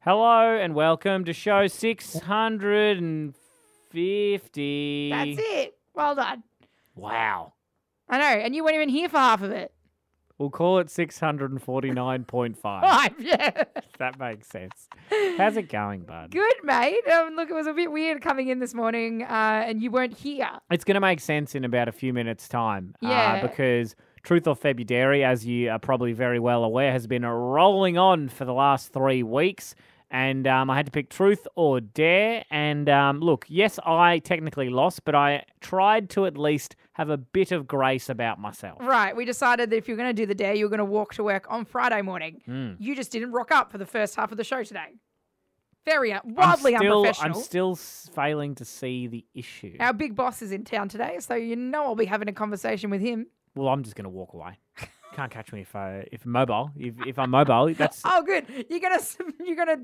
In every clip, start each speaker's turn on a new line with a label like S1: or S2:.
S1: Hello and welcome to show 650.
S2: That's it. Well done.
S1: Wow.
S2: I know, and you weren't even here for half of it.
S1: We'll call it 649.5.
S2: Five, yeah.
S1: that makes sense. How's it going, bud?
S2: Good, mate. Um, look, it was a bit weird coming in this morning, uh, and you weren't here.
S1: It's going to make sense in about a few minutes' time.
S2: Yeah.
S1: Uh, because Truth or February, as you are probably very well aware, has been rolling on for the last three weeks. And um, I had to pick truth or dare. And um, look, yes, I technically lost, but I tried to at least have a bit of grace about myself.
S2: Right. We decided that if you're going to do the day, you were going to walk to work on Friday morning.
S1: Mm.
S2: You just didn't rock up for the first half of the show today. Very un-
S1: I'm
S2: wildly
S1: still, I'm
S2: unprofessional.
S1: still s- failing to see the issue.
S2: Our big boss is in town today, so you know I'll be having a conversation with him.
S1: Well, I'm just going to walk away. Can't catch me if I if mobile. If, if I'm mobile, that's
S2: Oh, good. You're gonna s- you're gonna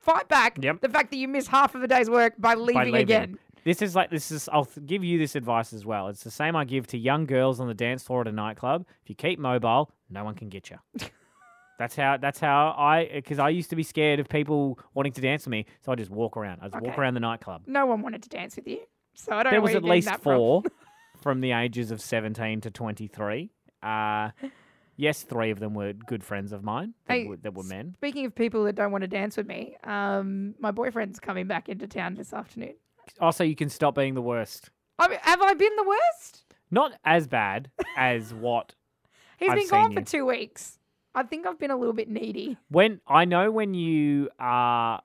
S2: fight back
S1: Yep.
S2: the fact that you missed half of a day's work by leaving,
S1: by leaving.
S2: again.
S1: This is like this is. I'll th- give you this advice as well. It's the same I give to young girls on the dance floor at a nightclub. If you keep mobile, no one can get you. that's how. That's how I. Because I used to be scared of people wanting to dance with me, so I just walk around. I just walk
S2: Okay.
S1: around the nightclub.
S2: No one wanted to dance with you, so I don't.
S1: There
S2: know
S1: was
S2: where
S1: at
S2: you're getting
S1: least
S2: that from.
S1: four from the ages of seventeen to twenty-three. Uh, yes, three of them were good friends of mine that,
S2: Hey,
S1: were, that were men.
S2: Speaking of people that don't want to dance with me, um, my boyfriend's coming back into town this afternoon.
S1: Also, you can stop being the worst.
S2: I mean, have I been the worst?
S1: Not as bad as what
S2: He's
S1: I've
S2: been gone
S1: seen
S2: for
S1: you.
S2: two weeks. I think I've been a little bit needy.
S1: When I know when you are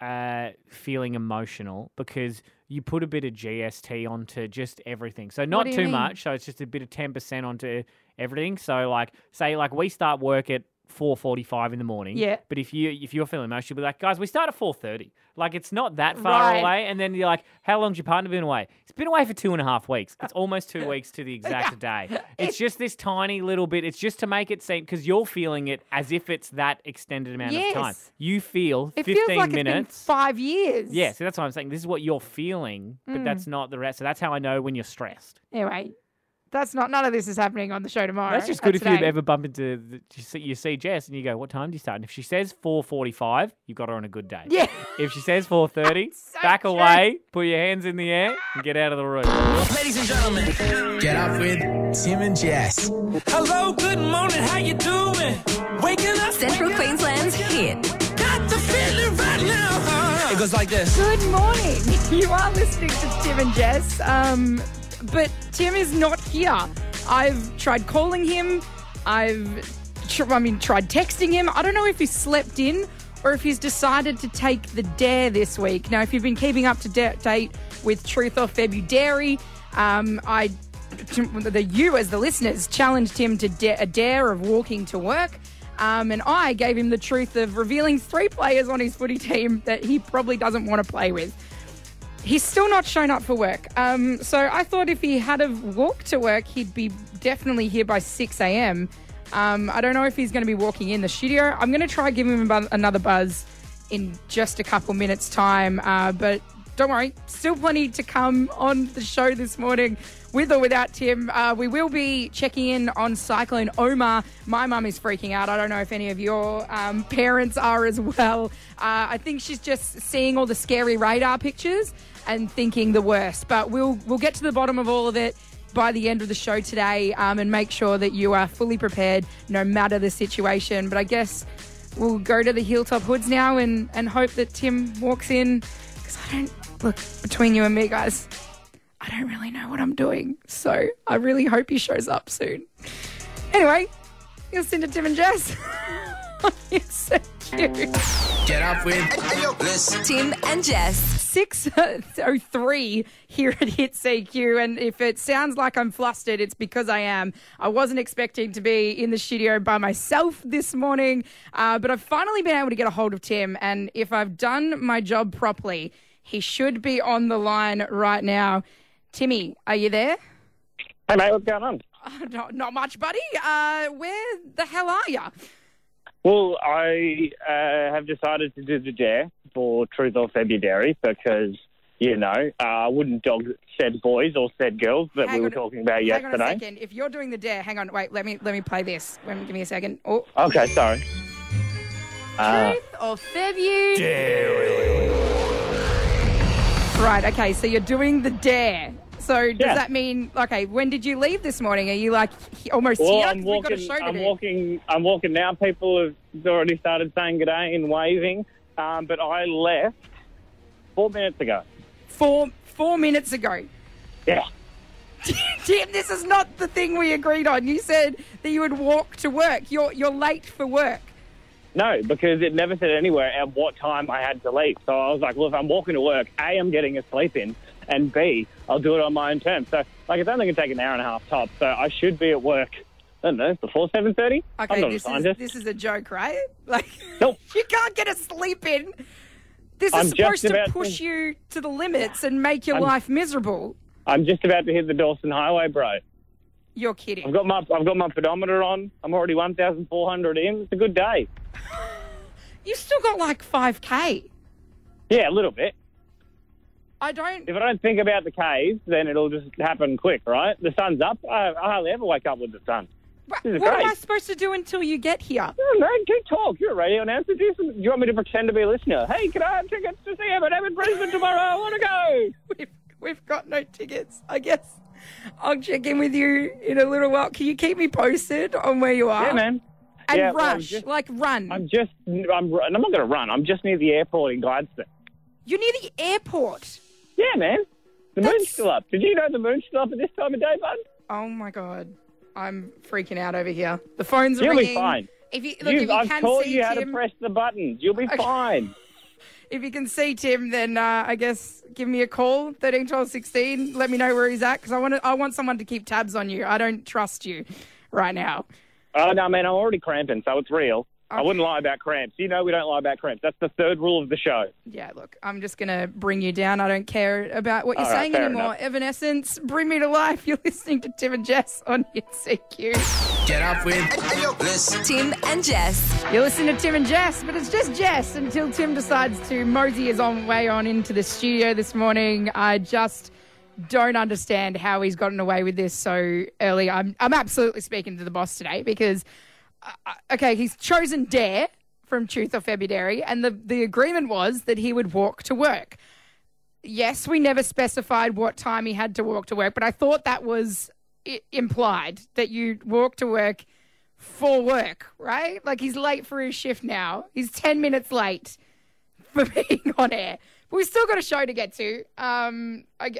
S1: uh, feeling emotional because you put a bit of GST onto just everything. So not
S2: do
S1: too
S2: you mean?
S1: much. So it's just a bit of ten percent onto everything. So like say like we start work at four forty five in the morning.
S2: Yeah.
S1: But if you if you're feeling emotional, be like, guys, we start at four thirty. Like it's not that far
S2: Right.
S1: away. And then you're like, how long's your partner been away? It's been away for two and a half weeks. It's almost two weeks to the exact day. It's just this tiny little bit. It's just to make it seem because you're feeling it as if it's that extended amount of time.
S2: Yes.
S1: You feel
S2: It
S1: 15
S2: feels like it's
S1: minutes.
S2: been five years.
S1: yeah, so that's what I'm saying. This is what you're feeling, but that's
S2: Mm.
S1: not the rest. So that's how I know when you're stressed.
S2: Anyway, that's not. None of this is happening on the show tomorrow.
S1: that's just good if you
S2: today.
S1: ever bump into the, you, see, you see Jess and you go, "What time do you start?" And if she says 4:45, you got her on a good day.
S2: Yeah.
S1: If she says 4:30,
S2: so
S1: back
S2: true.
S1: away, put your hands in the air, and get out of the room.
S3: Ladies and gentlemen,
S4: Get up with Tim and Jess.
S3: hello, good morning, how you doing? Waking up,
S5: Central Queensland's hit.
S3: got the feeling right now. It goes like this.
S2: Good morning. You are listening to Tim and Jess, um, but Tim is not here. I've tried calling him. I've, tr- I mean, tried texting him. I don't know if he slept in or if he's decided to take the dare this week. Now, if you've been keeping up to da- date with Truth or February, um, I, t- the you as the listeners challenged him to da- a dare of walking to work. Um, and I gave him the truth of revealing three players on his footy team that he probably doesn't want to play with. He's still not shown up for work. Um, so I thought if he had have walked to work, he'd be definitely here by 6 a.m. Um, I don't know if he's going to be walking in the studio. I'm going to try giving him a bu- another buzz in just a couple minutes' time. Uh, but don't worry, still plenty to come on the show this morning, with or without Tim. Uh, we will be checking in on Cyclone Omar. My mum is freaking out. I don't know if any of your um, parents are as well. Uh, I think she's just seeing all the scary radar pictures and thinking the worst. But we'll we'll get to the bottom of all of it by the end of the show today, um, and make sure that you are fully prepared, no matter the situation. But I guess. We'll go to the hilltop hoods now and, and hope that Tim walks in because I don't look between you and me, guys. I don't really know what I'm doing, so I really hope he shows up soon. Anyway, you'll send it to Tim and Jess. You're so cute.
S4: Get up with
S5: Tim and Jess.
S2: 603 here at Hit CQ. And if it sounds like I'm flustered, it's because I am. I wasn't expecting to be in the studio by myself this morning, uh, but I've finally been able to get a hold of Tim. And if I've done my job properly, he should be on the line right now. Timmy, are you there? Oh,
S6: Hey mate, what's going on?
S2: Not, not much, buddy. Uh, where the hell are you?
S6: Well, I uh, have decided to do the dare for Truth or February because you know uh, I wouldn't dog said boys or said girls that
S2: Hang
S6: we were
S2: on-
S6: talking about
S2: Hang on a
S6: yesterday.
S2: second. If you're doing the dare, hang on. Wait, let me let me play this. Wait, give me a second. Oh,
S6: Okay, sorry.
S2: Truth or Febu? Dare. Right, okay, so you're doing the dare. So does
S6: Yeah.
S2: that mean okay? When did you leave this morning? Are you like he- almost
S6: Well,
S2: here?
S6: I'm
S2: 'Cause we've got a
S6: walking.
S2: show to
S6: I'm
S2: do.
S6: walking. I'm walking now. People have already started saying good day and waving, um, but I left four minutes ago.
S2: Four four minutes ago.
S6: Yeah.
S2: Tim, this is not the thing we agreed on. You said that you would walk to work. You're you're late for work.
S6: No, because it never said anywhere at what time I had to leave. So I was like, well, if I'm walking to work, A, I'm getting a sleep in, and B, I'll do it on my own terms. So, like, it's only going to take an hour and a half top, so I should be at work, I don't know, before 7.30? I'm
S2: Okay,
S6: not
S2: this
S6: a
S2: is
S6: scientist.
S2: this is a joke, right? Like
S6: Nope.
S2: you can't get a sleep in. This
S6: I'm
S2: is
S6: just
S2: supposed to
S6: about to-
S2: push you to the limits and make your
S6: I'm-
S2: life miserable.
S6: I'm just about to hit the Dawson Highway, bro.
S2: You're
S6: I've
S2: kidding.
S6: got my I've got my pedometer on. I'm already 1,400 in. It's a good day.
S2: You've still got like five K.
S6: Yeah, a little bit.
S2: I don't
S6: If I don't think about the caves, then it'll just happen quick, right? The sun's up. I, I hardly ever wake up with the sun.
S2: What
S6: This is
S2: am
S6: great.
S2: I supposed to do until you get here?
S6: Oh, man, do talk. You're a radio announcer. Do, some, do you want me to pretend to be a listener? Hey, can I have tickets to see Eminem in Brisbane tomorrow? I want to go.
S2: We've, we've got no tickets. I guess I'll check in with you in a little while. Can you keep me posted on where you are?
S6: Yeah, man.
S2: And
S6: Yeah, well, I'm
S2: rush,
S6: just-
S2: like run.
S6: I'm just, I'm, and I'm not going to run. I'm just near the airport in Gladstone.
S2: You're near the airport.
S6: Yeah, man. The moon's
S2: That's-
S6: still up. Did you know the moon's still up at this time of day, bud?
S2: Oh my god, I'm freaking out over here. The phones are
S6: You'll be
S2: ringing.
S6: fine.
S2: If you look,
S6: You've-
S2: if you
S6: I've
S2: can
S6: taught
S2: see
S6: you how to
S2: Tim,
S6: press the buttons. You'll be
S2: Okay.
S6: fine.
S2: if you can see Tim, then uh, I guess give me a call thirteen twelve sixteen. Let me know where he's at because I want to, I want someone to keep tabs on you. I don't trust you right now.
S6: Oh, no, man, I'm already cramping, so it's real. I wouldn't lie about cramps. You know we don't lie about cramps. That's the third rule of the show.
S2: Yeah, look, I'm just going to bring you down. I don't care about what you're
S6: All right,
S2: saying
S6: fair
S2: anymore.
S6: enough.
S2: Evanescence, bring me to life. You're listening to Tim and Jess on CQ.
S4: Get up with
S5: Tim and Jess.
S2: You're listening to Tim and Jess, but it's just Jess until Tim decides to mosey his own way on into the studio this morning. I just don't understand how he's gotten away with this so early. I'm, I'm absolutely speaking to the boss today because, uh, okay, he's chosen Dare from Truth or February, and the, the agreement was that he would walk to work. yes, we never specified what time he had to walk to work, but I thought that was I- implied that you walk to work for work, right? Like he's late for his shift now. He's 10 minutes late for being on air. But we've still got a show to get to. Um, I,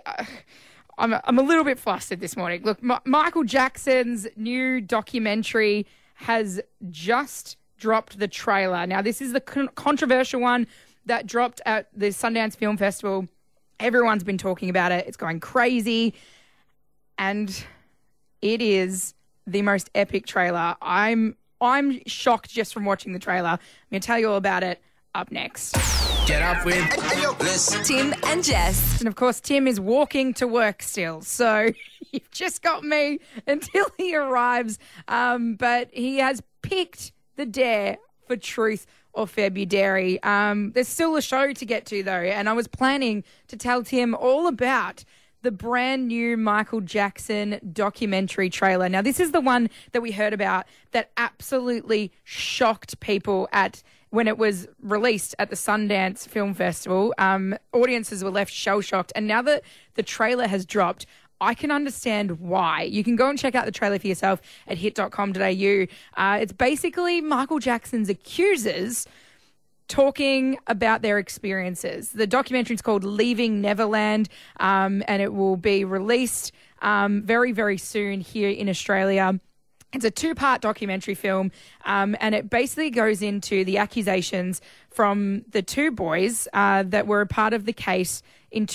S2: I'm, a, I'm a little bit flustered this morning. Look, M- Michael Jackson's new documentary has just dropped the trailer. Now, this is the con- controversial one that dropped at the Sundance Film Festival. Everyone's been talking about it. It's going crazy. And it is the most epic trailer. I'm I'm shocked just from watching the trailer. I'm going to tell you all about it up next.
S4: Get up with
S5: Tim and Jess.
S2: And of course, Tim is walking to work still. So you've just got me until he arrives. Um, but he has picked the dare for truth or February. Um, there's still a show to get to, though. And I was planning to tell Tim all about the brand new Michael Jackson documentary trailer. Now, this is the one that we heard about that absolutely shocked people at when it was released at the Sundance Film Festival. Um, audiences were left shell shocked, and now that the trailer has dropped. I can understand why. You can go and check out the trailer for yourself at hit.com.au. Uh, it's basically Michael Jackson's accusers talking about their experiences. The documentary is called Leaving Neverland, um, and it will be released um, very, very soon here in Australia. It's a two part documentary film, um, and it basically goes into the accusations from the two boys uh, that were a part of the case in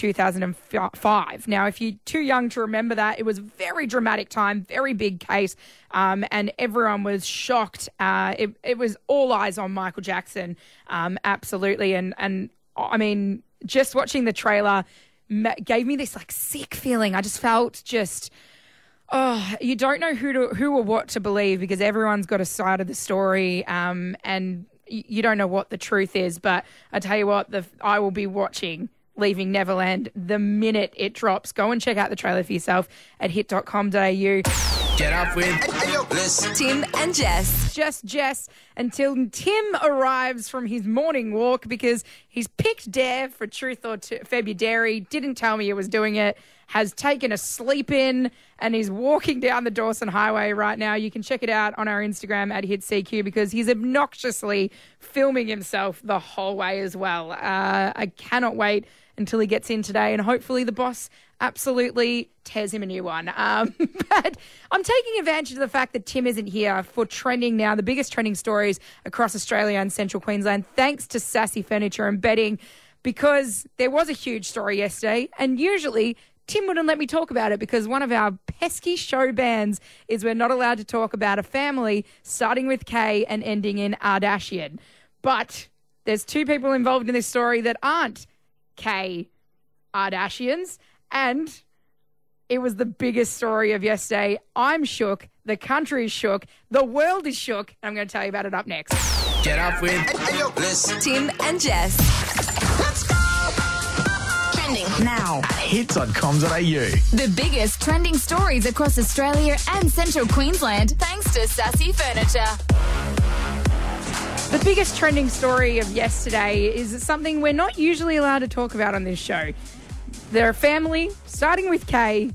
S2: 2005. Now, if you're too young to remember that, it was a very dramatic time, very big case, um, and everyone was shocked. Uh, it, it was all eyes on Michael Jackson, um, absolutely. And, and I mean, just watching the trailer ma- gave me this like sick feeling. I just felt just you don't know who to, who or what to believe because everyone's got a side of the story, um, and y- you don't know what the truth is. But I tell you what, the I will be watching Leaving Neverland the minute it drops. Go and check out the trailer for yourself at hit.com.au.
S4: Get up with.
S5: Tim and Jess.
S2: just Jess until Tim arrives from his morning walk because he's picked Dare for Truth or T- February, didn't tell me he was doing it, has taken a sleep in, and he's walking down the Dawson Highway right now. You can check it out on our Instagram at HitCQ because he's obnoxiously filming himself the whole way as well. Uh, I cannot wait until he gets in today, and hopefully the boss absolutely tears him a new one. Um, but I'm taking advantage of the fact that Tim isn't here for trending now, the biggest trending stories across Australia and central Queensland, thanks to Sassy Furniture and Bedding, because there was a huge story yesterday, and usually. Tim wouldn't let me talk about it because one of our pesky show bans is we're not allowed to talk about a family starting with K and ending in Ardashian. But there's two people involved in this story that aren't K Kardashians. And it was the biggest story of yesterday. I'm shook. The country is shook. The world is shook. And I'm going to tell you about it up next.
S4: Get up with.
S5: Tim and Jess. Trending.
S7: Now,
S4: Hits.com.au.
S5: The biggest trending stories across Australia and central Queensland thanks to Sassy Furniture.
S2: The biggest trending story of yesterday is something we're not usually allowed to talk about on this show. They're a family, starting with K,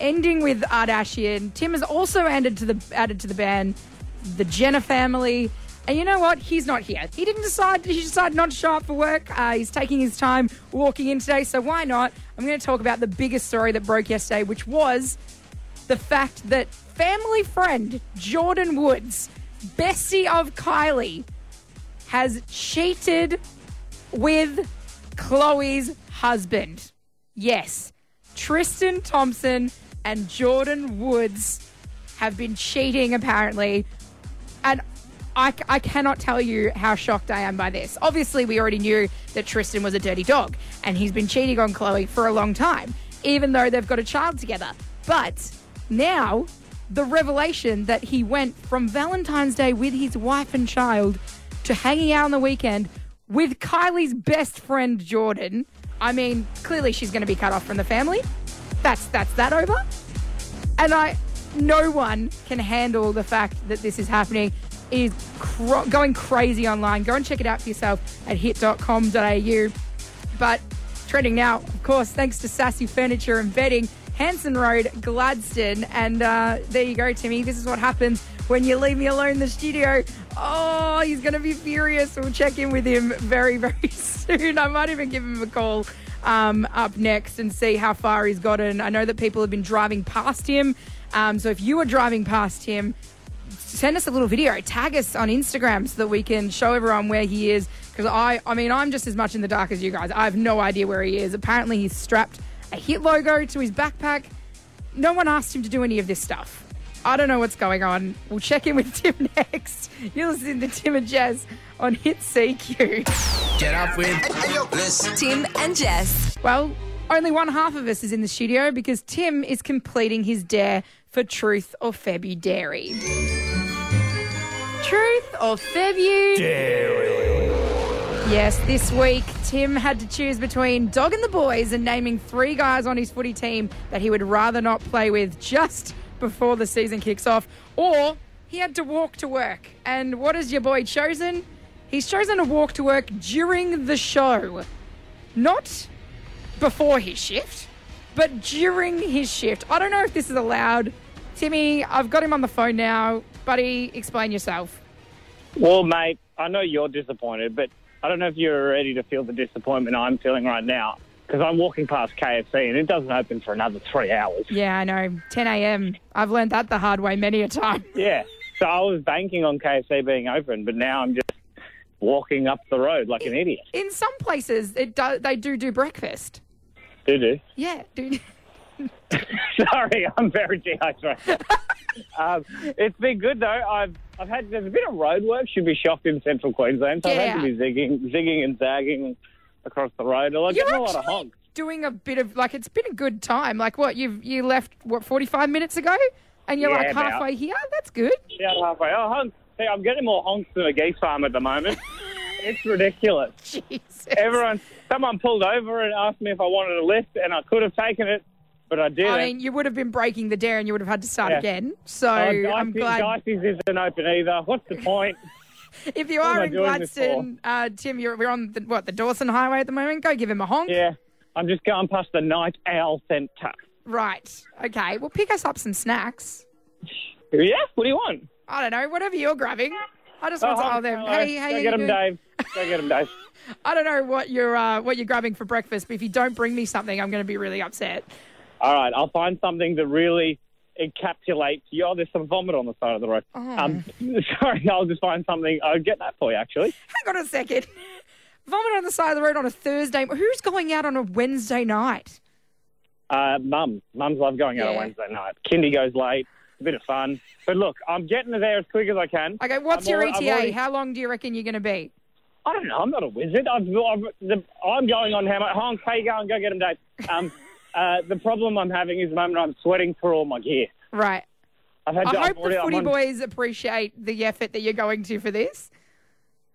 S2: ending with Ardashian. Tim has also added to the added to the band, the Jenner family. And you know what? He's not here. He didn't decide. He decided not to show up for work. Uh, he's taking his time walking in today, so why not? I'm going to talk about the biggest story that broke yesterday, which was the fact that family friend Jordan Woods, bestie of Kylie, has cheated with Chloe's husband. Yes, Tristan Thompson and Jordan Woods have been cheating apparently. And I, I cannot tell you how shocked I am by this. Obviously, we already knew that Tristan was a dirty dog and he's been cheating on Chloe for a long time, even though they've got a child together. But now, the revelation that he went from Valentine's Day with his wife and child to hanging out on the weekend with Kylie's best friend, Jordan. I mean, clearly she's going to be cut off from the family. That's, that's that over. And I, no one can handle the fact that this is happening. It is cro- going crazy online. Go and check it out for yourself at hit.com.au. But trending now, of course, thanks to Sassy Furniture and Bedding, Hanson Road, Gladstone. And uh, there you go, Timmy. This is what happens when you leave me alone in the studio. Oh, he's going to be furious. We'll check in with him very, very soon. I might even give him a call um, up next and see how far he's gotten. I know that people have been driving past him. Um, so if you are driving past him, send us a little video, tag us on Instagram so that we can show everyone where he is. Because I, I mean, I'm just as much in the dark as you guys. I have no idea where he is. Apparently, he's strapped a hit logo to his backpack. No one asked him to do any of this stuff. I don't know what's going on. We'll check in with Tim next. You're listening to Tim and Jazz on Hit CQ.
S4: Get up with.
S5: Tim and Jess.
S2: Well, only one half of us is in the studio because Tim is completing his dare for Truth or February. Truth or February? Yes, this week Tim had to choose between Dog and the Boys and naming three guys on his footy team that he would rather not play with just before the season kicks off, or he had to walk to work. And what has your boy chosen? He's chosen to walk to work during the show, not before his shift, but during his shift. I don't know if this is allowed. Timmy, I've got him on the phone now. Buddy, explain yourself.
S6: Well, mate, I know you're disappointed, but I don't know if you're ready to feel the disappointment I'm feeling right now because I'm walking past KFC and it doesn't open for another three hours.
S2: Yeah, I know. 10 a.m. I've learned that the hard way many a time.
S6: Yeah. So I was banking on KFC being open, but now I'm just walking up the road like an idiot.
S2: In some places, it do, they do do breakfast.
S6: Do do.
S2: Yeah, do.
S6: Sorry, I'm very dehydrated. um, it's been good though. I've I've had there's a bit of road work. Should be shocked in central Queensland, so I've had to
S2: Yeah.
S6: be zigging, zigging and zagging across the road. I like
S2: You're
S6: getting a lot of
S2: actually
S6: honks.
S2: doing a bit of like it's been a good time. Like what you have you left what 45 minutes ago, and you're
S6: Yeah,
S2: like
S6: about.
S2: halfway here. That's good.
S6: Yeah, halfway. Oh, honks. Hey, I'm getting more honks than a geese farm at the moment. it's ridiculous.
S2: Jesus.
S6: Everyone, someone pulled over and asked me if I wanted a lift, and I could have taken it, but I did.
S2: I mean, you would have been breaking the dare and you would have had to start
S6: Yeah.
S2: again. So
S6: Oh,
S2: I'm
S6: Dicey-
S2: glad.
S6: Dicey's isn't open either. What's the point?
S2: If you
S6: am
S2: are
S6: I
S2: in
S6: doing this for?
S2: Gladstone, uh, Tim, you're, we're on the, what the Dawson Highway at the moment. Go give him a honk.
S6: yeah, I'm just going past the Night Owl Centre.
S2: Right. Okay. Well, pick us up some snacks.
S6: Yeah, what do you want?
S2: I don't know. Whatever you're grabbing. I just want to.
S6: hi,
S2: Oh, them.
S6: hello.
S2: Hey, hey,
S6: Go
S2: how
S6: get
S2: you
S6: him,
S2: doing?
S6: Dave. Go get him, Dave.
S2: I don't know what you're uh, what you're grabbing for breakfast, but if you don't bring me something, I'm going to be really upset.
S6: All right, I'll find something that really encapsulates. you. Oh, there's some vomit on the side of the road.
S2: Oh.
S6: Um, sorry, I'll just find something. I'll get that for you, actually.
S2: Hang on a second. Vomit on the side of the road on a Thursday. Who's going out on a Wednesday night?
S6: Uh, Mum. Mums love going out on
S2: Yeah.
S6: Wednesday night. Kindy goes late. It's a bit of fun. But look, I'm getting there as quick as I can.
S2: Okay, what's
S6: I'm
S2: your
S6: alre- I'm
S2: ETA?
S6: already-
S2: How long do you reckon you're going to be?
S6: I don't know. I'm not a wizard. I've, I've, the, I'm going on how much. Honk, hey, go and go get him, Dave. Um, uh, the problem I'm having is at the moment I'm sweating through all my gear.
S2: Right.
S6: I've had to,
S2: I
S6: I've
S2: hope
S6: already-
S2: the
S6: I'm
S2: footy
S6: on-
S2: boys appreciate the effort that you're going to for this.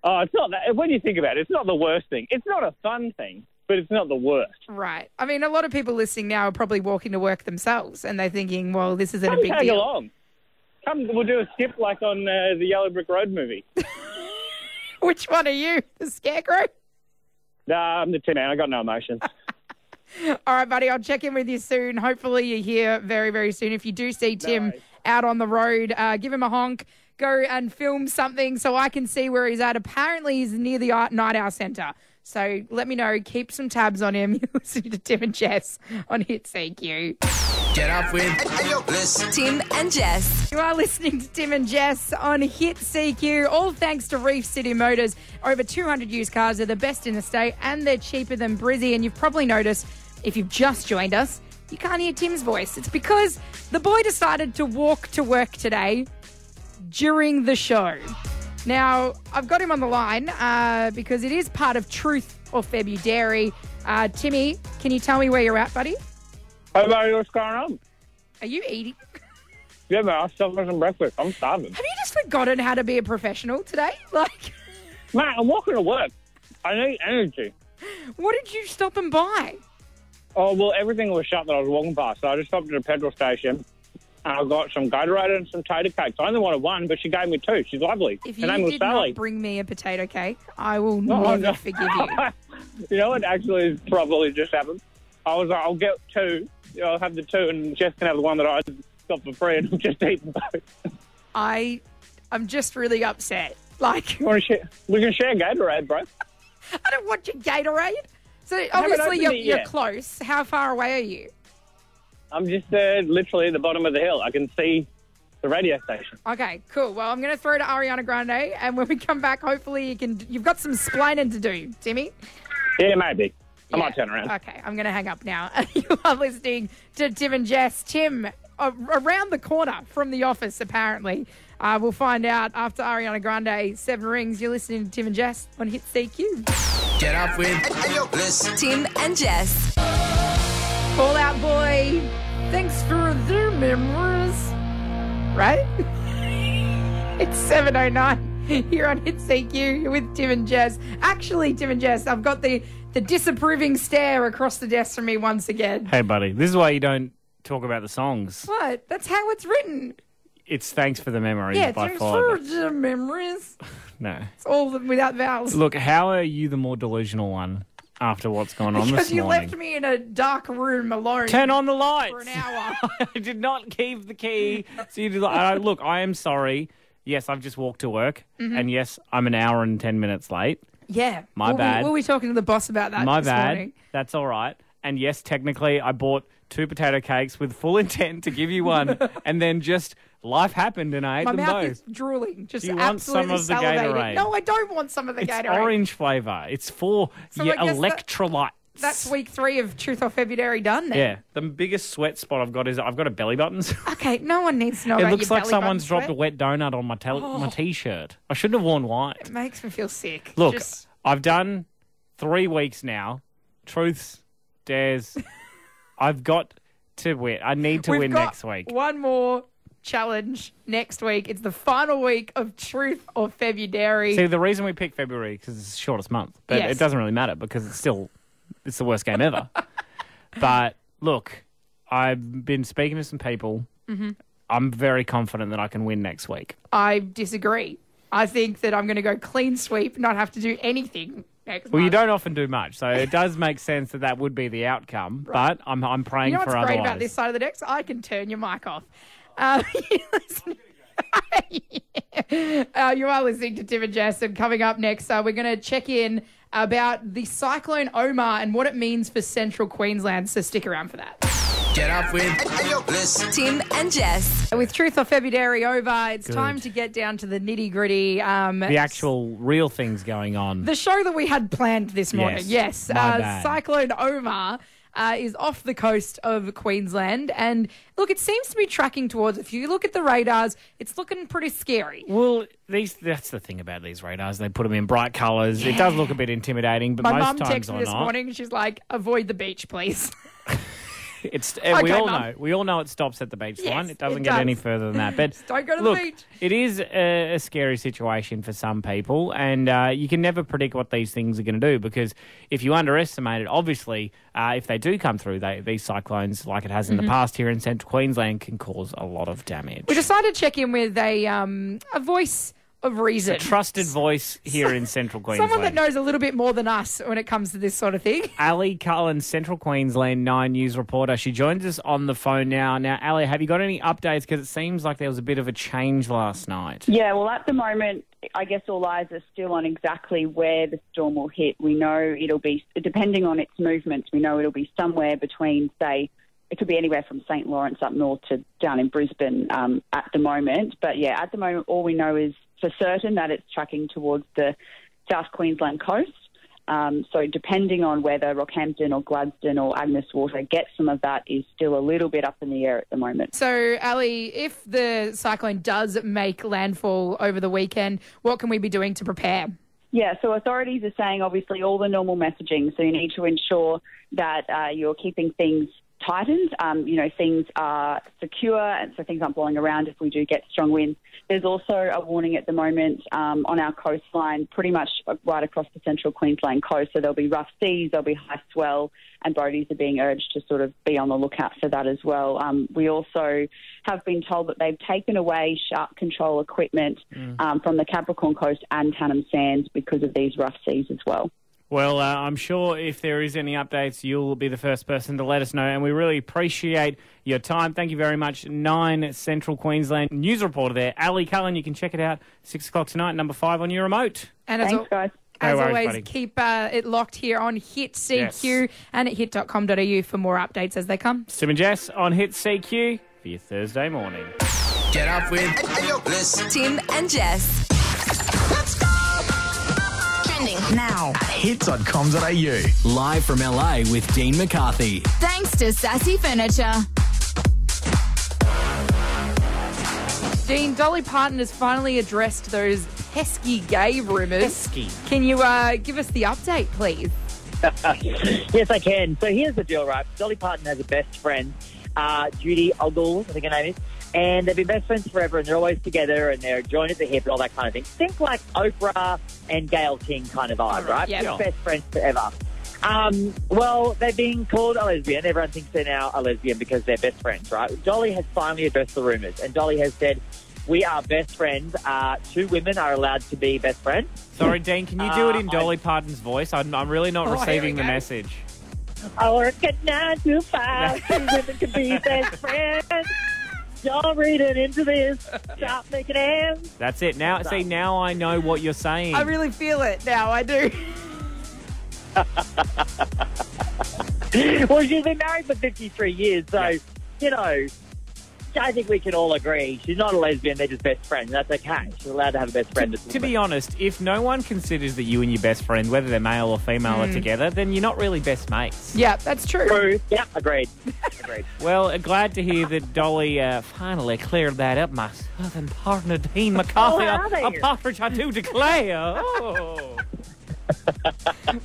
S6: Oh, it's not that. When you think about it, it's not the worst thing. It's not a fun thing, but it's not the worst.
S2: Right. I mean, a lot of people listening now are probably walking to work themselves and they're thinking, well, this isn't a
S6: Come
S2: big
S6: tag
S2: deal.
S6: along. Come, we'll do a skip like on uh, the Yellow Brick Road movie.
S2: Which one are you? The scarecrow?
S6: nah, I'm the Tin Man. I got no emotions.
S2: All right, buddy, I'll check in with you soon. Hopefully, you're here very, very soon. If you do see Tim
S6: worries.
S2: out on the road, uh, give him a honk. Go and film something so I can see where he's at. Apparently, he's near the Art Night Owl Centre. So let me know. Keep some tabs on him. You're listening to Tim and Jess on Hit CQ.
S4: Get up with.
S5: Tim and Jess.
S2: You are listening to Tim and Jess on Hit CQ, all thanks to Reef City Motors. Over 200 used cars are the best in the state and they're cheaper than Brizzy. And you've probably noticed, if you've just joined us, you can't hear Tim's voice. It's because the boy decided to walk to work today during the show. Now, I've got him on the line uh, because it is part of Truth or February. Uh, Timmy, can you tell me where you're at, buddy?
S6: Hey, buddy, what's going on?
S2: Are you eating?
S6: Yeah, man, I still got some breakfast. I'm starving.
S2: Have you just forgotten how to be a professional today? Like.
S6: Mate, I'm walking to work. I need energy.
S2: What did you stop and buy?
S6: Oh, well, everything was shut that I was walking past, so I just stopped at a petrol station. And I got some Gatorade and some tater cakes. I only wanted one, but she gave me two. She's lovely.
S2: If you
S6: Her name was
S2: did
S6: Sally.
S2: not bring me a potato cake, I will
S6: Oh,
S2: never
S6: no.
S2: forgive you.
S6: you know what actually probably just happened? I was like, I'll get two. You know, I'll have the two, and Jess can have the one that I got for free, and I'll just eat them both.
S2: I, I'm just really upset. Like
S6: You want to share? We can share Gatorade, bro.
S2: I don't want your Gatorade. So obviously
S6: opened
S2: you're,
S6: it
S2: you're
S6: yet.
S2: close. How far away are you?
S6: I'm just uh, literally at the bottom of the hill. I can see the radio station.
S2: Okay, cool. Well, I'm going to throw to Ariana Grande, and when we come back, hopefully you can. You've got some splaining to do, Timmy.
S6: Yeah, maybe.
S2: Yeah.
S6: I might turn around.
S2: Okay, I'm going to hang up now. you are listening to Tim and Jess. Tim, a- around the corner from the office, apparently. Uh, we'll find out after Ariana Grande, Seven Rings. You're listening to Tim and Jess on Hit CQ.
S4: Get up with.
S5: Tim and Jess.
S2: Fallout Boy, thanks for the memories. Right? it's 7.09 here on Hit CQ with Tim and Jess. Actually, Tim and Jess, I've got the, the disapproving stare across the desk from me once again.
S1: Hey, buddy, this is why you don't talk about the songs.
S2: What? That's how it's written.
S1: It's Thanks for the Memories
S2: Yeah,
S1: by
S2: thanks for
S1: Five.
S2: the memories.
S1: No.
S2: It's all the- without vowels.
S1: Look, how are you the more delusional one after what's gone on
S2: because
S1: this
S2: you
S1: morning?
S2: left me in a dark room alone
S1: Turn on the
S2: for an
S1: lights.
S2: hour.
S1: I did not keep the key. So you did. I, look, I am sorry. Yes, I've just walked to work,
S2: Mm-hmm.
S1: and yes, I'm an hour and ten minutes late.
S2: yeah.
S1: My
S2: we'll
S1: bad.
S2: Be, we'll be talking to the boss about that
S1: My
S2: this
S1: bad.
S2: morning.
S1: That's all right. And yes, technically, I bought two potato cakes with full intent to give you one, and then just life happened, and I ate
S2: My
S1: them
S2: mouth
S1: both.
S2: is drooling. Just
S1: Do you want some
S2: absolutely
S1: of the
S2: salivating.
S1: Gatorade?
S2: No, I don't want some of the
S1: It's
S2: Gatorade.
S1: orange flavor. It's for
S2: So
S1: your
S2: I guess that-
S1: electrolytes.
S2: That's week three of Truth or February done then.
S1: Yeah, the biggest sweat spot I've got is I've got a belly button.
S2: Okay, no one needs to know
S1: it
S2: about
S1: looks
S2: your
S1: like
S2: belly
S1: someone's
S2: button Oh.
S1: dropped a wet donut on my tel- my t-shirt. I shouldn't have worn white.
S2: sweat. Makes me feel sick.
S1: Look,
S2: Just-
S1: I've done three weeks now. Truths, dares. I've got to win. I need to
S2: We've
S1: win
S2: got
S1: next week.
S2: One more challenge next week. It's the final week of Truth or February.
S1: See, the reason we pick February because it's the shortest month, but
S2: Yes.
S1: it doesn't really matter because it's still it's the worst game ever. but look, I've been speaking to some people.
S2: Mm-hmm.
S1: I'm very confident that I can win next week.
S2: I disagree. I think that I'm going to go clean sweep, not have to do anything next
S1: Well, you
S2: month.
S1: don't often do much, so it does make sense that that would be the outcome. But I'm I'm praying
S2: You know
S1: for
S2: what's great
S1: otherwise.
S2: about this side of the decks? I can turn your mic off. Um, you listen- Uh, you are listening to Tim and Jess, and coming up next, uh, we're going to check in about the Cyclone Omar and what it means for central Queensland. So stick around for that.
S4: Get up with. Ayo, listen.
S5: Tim and Jess.
S2: With Truth or February over, it's time to get down to the nitty gritty. Um,
S1: the actual real things going on.
S2: The show that we had planned this morning, yes.
S1: Yes, my
S2: uh,
S1: bad.
S2: Cyclone Omar uh, is off the coast of Queensland. And look, it seems to be tracking towards, if you look at the radars, it's looking pretty scary.
S1: well, these that's the thing about these radars. They put them in bright colours. It does look a bit intimidating, but
S2: My
S1: most
S2: mum
S1: times
S2: texted
S1: are
S2: me this
S1: not.
S2: morning. She's like, avoid the beach, please.
S1: It's uh, we
S2: Okay,
S1: all
S2: Mum.
S1: know we all know it stops at the beach line.
S2: Yes,
S1: It doesn't
S2: it
S1: get any
S2: does.
S1: further than that. But
S2: don't go to the
S1: look,
S2: beach.
S1: It is a, a scary situation for some people, and uh, you can never predict what these things are going to do because if you underestimate it, obviously, uh, if they do come through, they, these cyclones, like it has in the
S2: Mm-hmm.
S1: past here in central Queensland, can cause a lot of damage.
S2: we decided to check in with a, um, a voice of reason.
S1: Trusted voice here in central Queensland.
S2: Someone that knows a little bit more than us when it comes to this sort of thing.
S1: Ali Cullen, Central Queensland Nine News reporter. She joins us on the phone now. Now, Ali, have you got any updates? Because it seems like there was a bit of a change last night.
S7: Yeah, well, at the moment, I guess all eyes are still on exactly where the storm will hit. We know it'll be, depending on its movements, we know it'll be somewhere between, say, it could be anywhere from St Lawrence up north to down in Brisbane um, at the moment. But yeah, at the moment, all we know is for certain that it's tracking towards the South Queensland coast. Um, so depending on whether Rockhampton or Gladstone or Agnes Water gets some of that is still a little bit up in the air at the moment.
S2: So, Ali, if the cyclone does make landfall over the weekend, what can we be doing to prepare?
S7: Yeah, so authorities are saying obviously all the normal messaging. So you need to ensure that uh, you're keeping things tightened. Um, you know, things are secure, and so things aren't blowing around if we do get strong winds. There's also a warning at the moment um, on our coastline, pretty much right across the central Queensland coast. So there'll be rough seas, there'll be high swell, and boaties are being urged to sort of be on the lookout for that as well. Um, we also have been told that they've taken away shark control equipment um, from the Capricorn Coast and Tanham Sands because of these rough seas as well.
S1: Well, uh, I'm sure if there is any updates, you'll be the first person to let us know, and we really appreciate your time. Thank you very much, Nine Central Queensland news reporter there, Ali Cullen. You can check it out six o'clock tonight, number five on your remote.
S2: And as,
S7: Thanks,
S2: al-
S7: guys.
S2: as
S1: No worries,
S2: always,
S1: buddy.
S2: keep uh, it locked here on Hit CQ and at hit.com.au for more updates as they come.
S1: Sim and Jess on Hit CQ for your Thursday morning.
S4: Get up with. Ayo, listen.
S5: Tim and Jess. Let's go. Trending.
S8: Now at hits.com.au. Live from LA with Dean McCarthy.
S5: Thanks to Sassy Furniture.
S2: Dean, Dolly Parton has finally addressed those pesky gay rumours. Can you uh, give us the update, please?
S9: Yes, I can. So here's the deal, right? Dolly Parton has a best friend, uh, Judy Ogle, I think her name is, and they've been best friends forever, and they're always together, and they're joined at the hip, and all that kind of thing. Think like Oprah and Gail King kind of vibe, right?
S2: yeah.
S9: Just best friends forever. Um, well, they're being called a lesbian. Everyone thinks they're now a lesbian because they're best friends, right? Dolly has finally addressed the rumors, and Dolly has said, "We are best friends. Uh, two women are allowed to be best friends."
S1: Sorry, Dean, can you do it in
S9: Uh, I-
S1: Dolly Parton's voice? I'm, I'm really not
S2: Oh, here
S1: receiving
S2: we
S1: the
S2: go.
S1: message.
S9: I work at nine to five. Two women can be best friends. Y'all reading into this. Stop making ends.
S1: That's it. Now, see, now I know what you're saying.
S2: I really feel it now, I do.
S9: Well, she's been married for 53 years, so, you know, I think we can all agree. She's not a lesbian, they're just best friends. That's okay. She's allowed to have a best friend.
S1: to be honest, if no one considers that you and your best friend, whether they're male or female, are together, then you're not really best mates.
S2: Hmm. Yeah, that's true.
S9: True. Yeah, agreed. agreed.
S1: Well, uh, glad to hear that Dolly uh, finally cleared that up. My southern partner, Dean McCarthy,
S9: Oh,
S1: a, a
S9: howdy.
S1: partridge I do declare. Oh.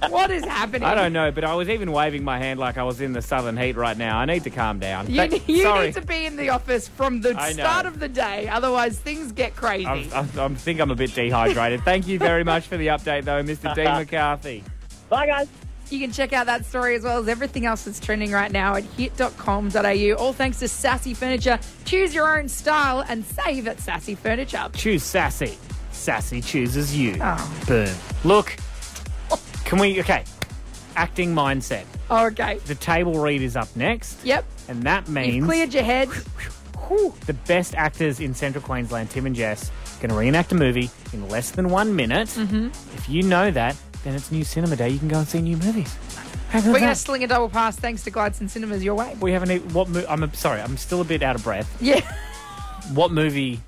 S2: What is happening?
S1: I don't know, but I was even waving my hand like I was in the southern heat right now. I need to calm down.
S2: You,
S1: Thank-
S2: you
S1: Sorry.
S2: need to be in the office from the
S1: I know.
S2: start of the day, otherwise things get crazy.
S1: I, I, I think I'm a bit dehydrated. Thank you very much for the update, though, Mr. Dean McCarthy.
S9: Bye, guys.
S2: You can check out that story as well as everything else that's trending right now at hit.com.au. All thanks to Sassy Furniture. Choose your own style and save at Sassy Furniture.
S1: Choose Sassy. Sassy chooses you.
S2: Ah.
S1: Boom. Look, can we? Okay. Acting mindset.
S2: Okay.
S1: The table read is up next.
S2: Yep.
S1: And that means
S2: You've cleared your head. Whew.
S1: the best actors in Central Queensland, Tim and Jess, going to reenact a movie in less than one minute. Mm-hmm. If you know that, then it's New Cinema Day. You can go and see new movies. How good's
S2: We're going to
S1: that?
S2: sling a double pass thanks to Gladstone Cinemas your way.
S1: We haven't. Even, what? Mo- I'm a- sorry. I'm still a bit out of breath.
S2: Yeah.
S1: What movie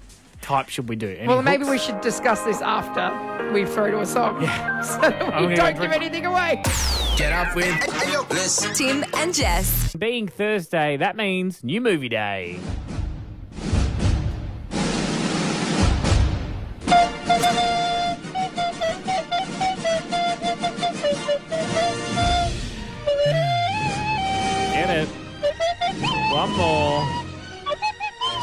S1: type should we do? Any
S2: Well, maybe
S1: hooks?
S2: we should discuss this after we throw to a song. Yeah. So that
S1: gonna
S2: we
S1: go
S2: don't
S1: drink-
S2: give anything away.
S4: Get up with your bliss.
S5: Tim and Jess.
S1: Being Thursday, that means new movie day. Get it. One more.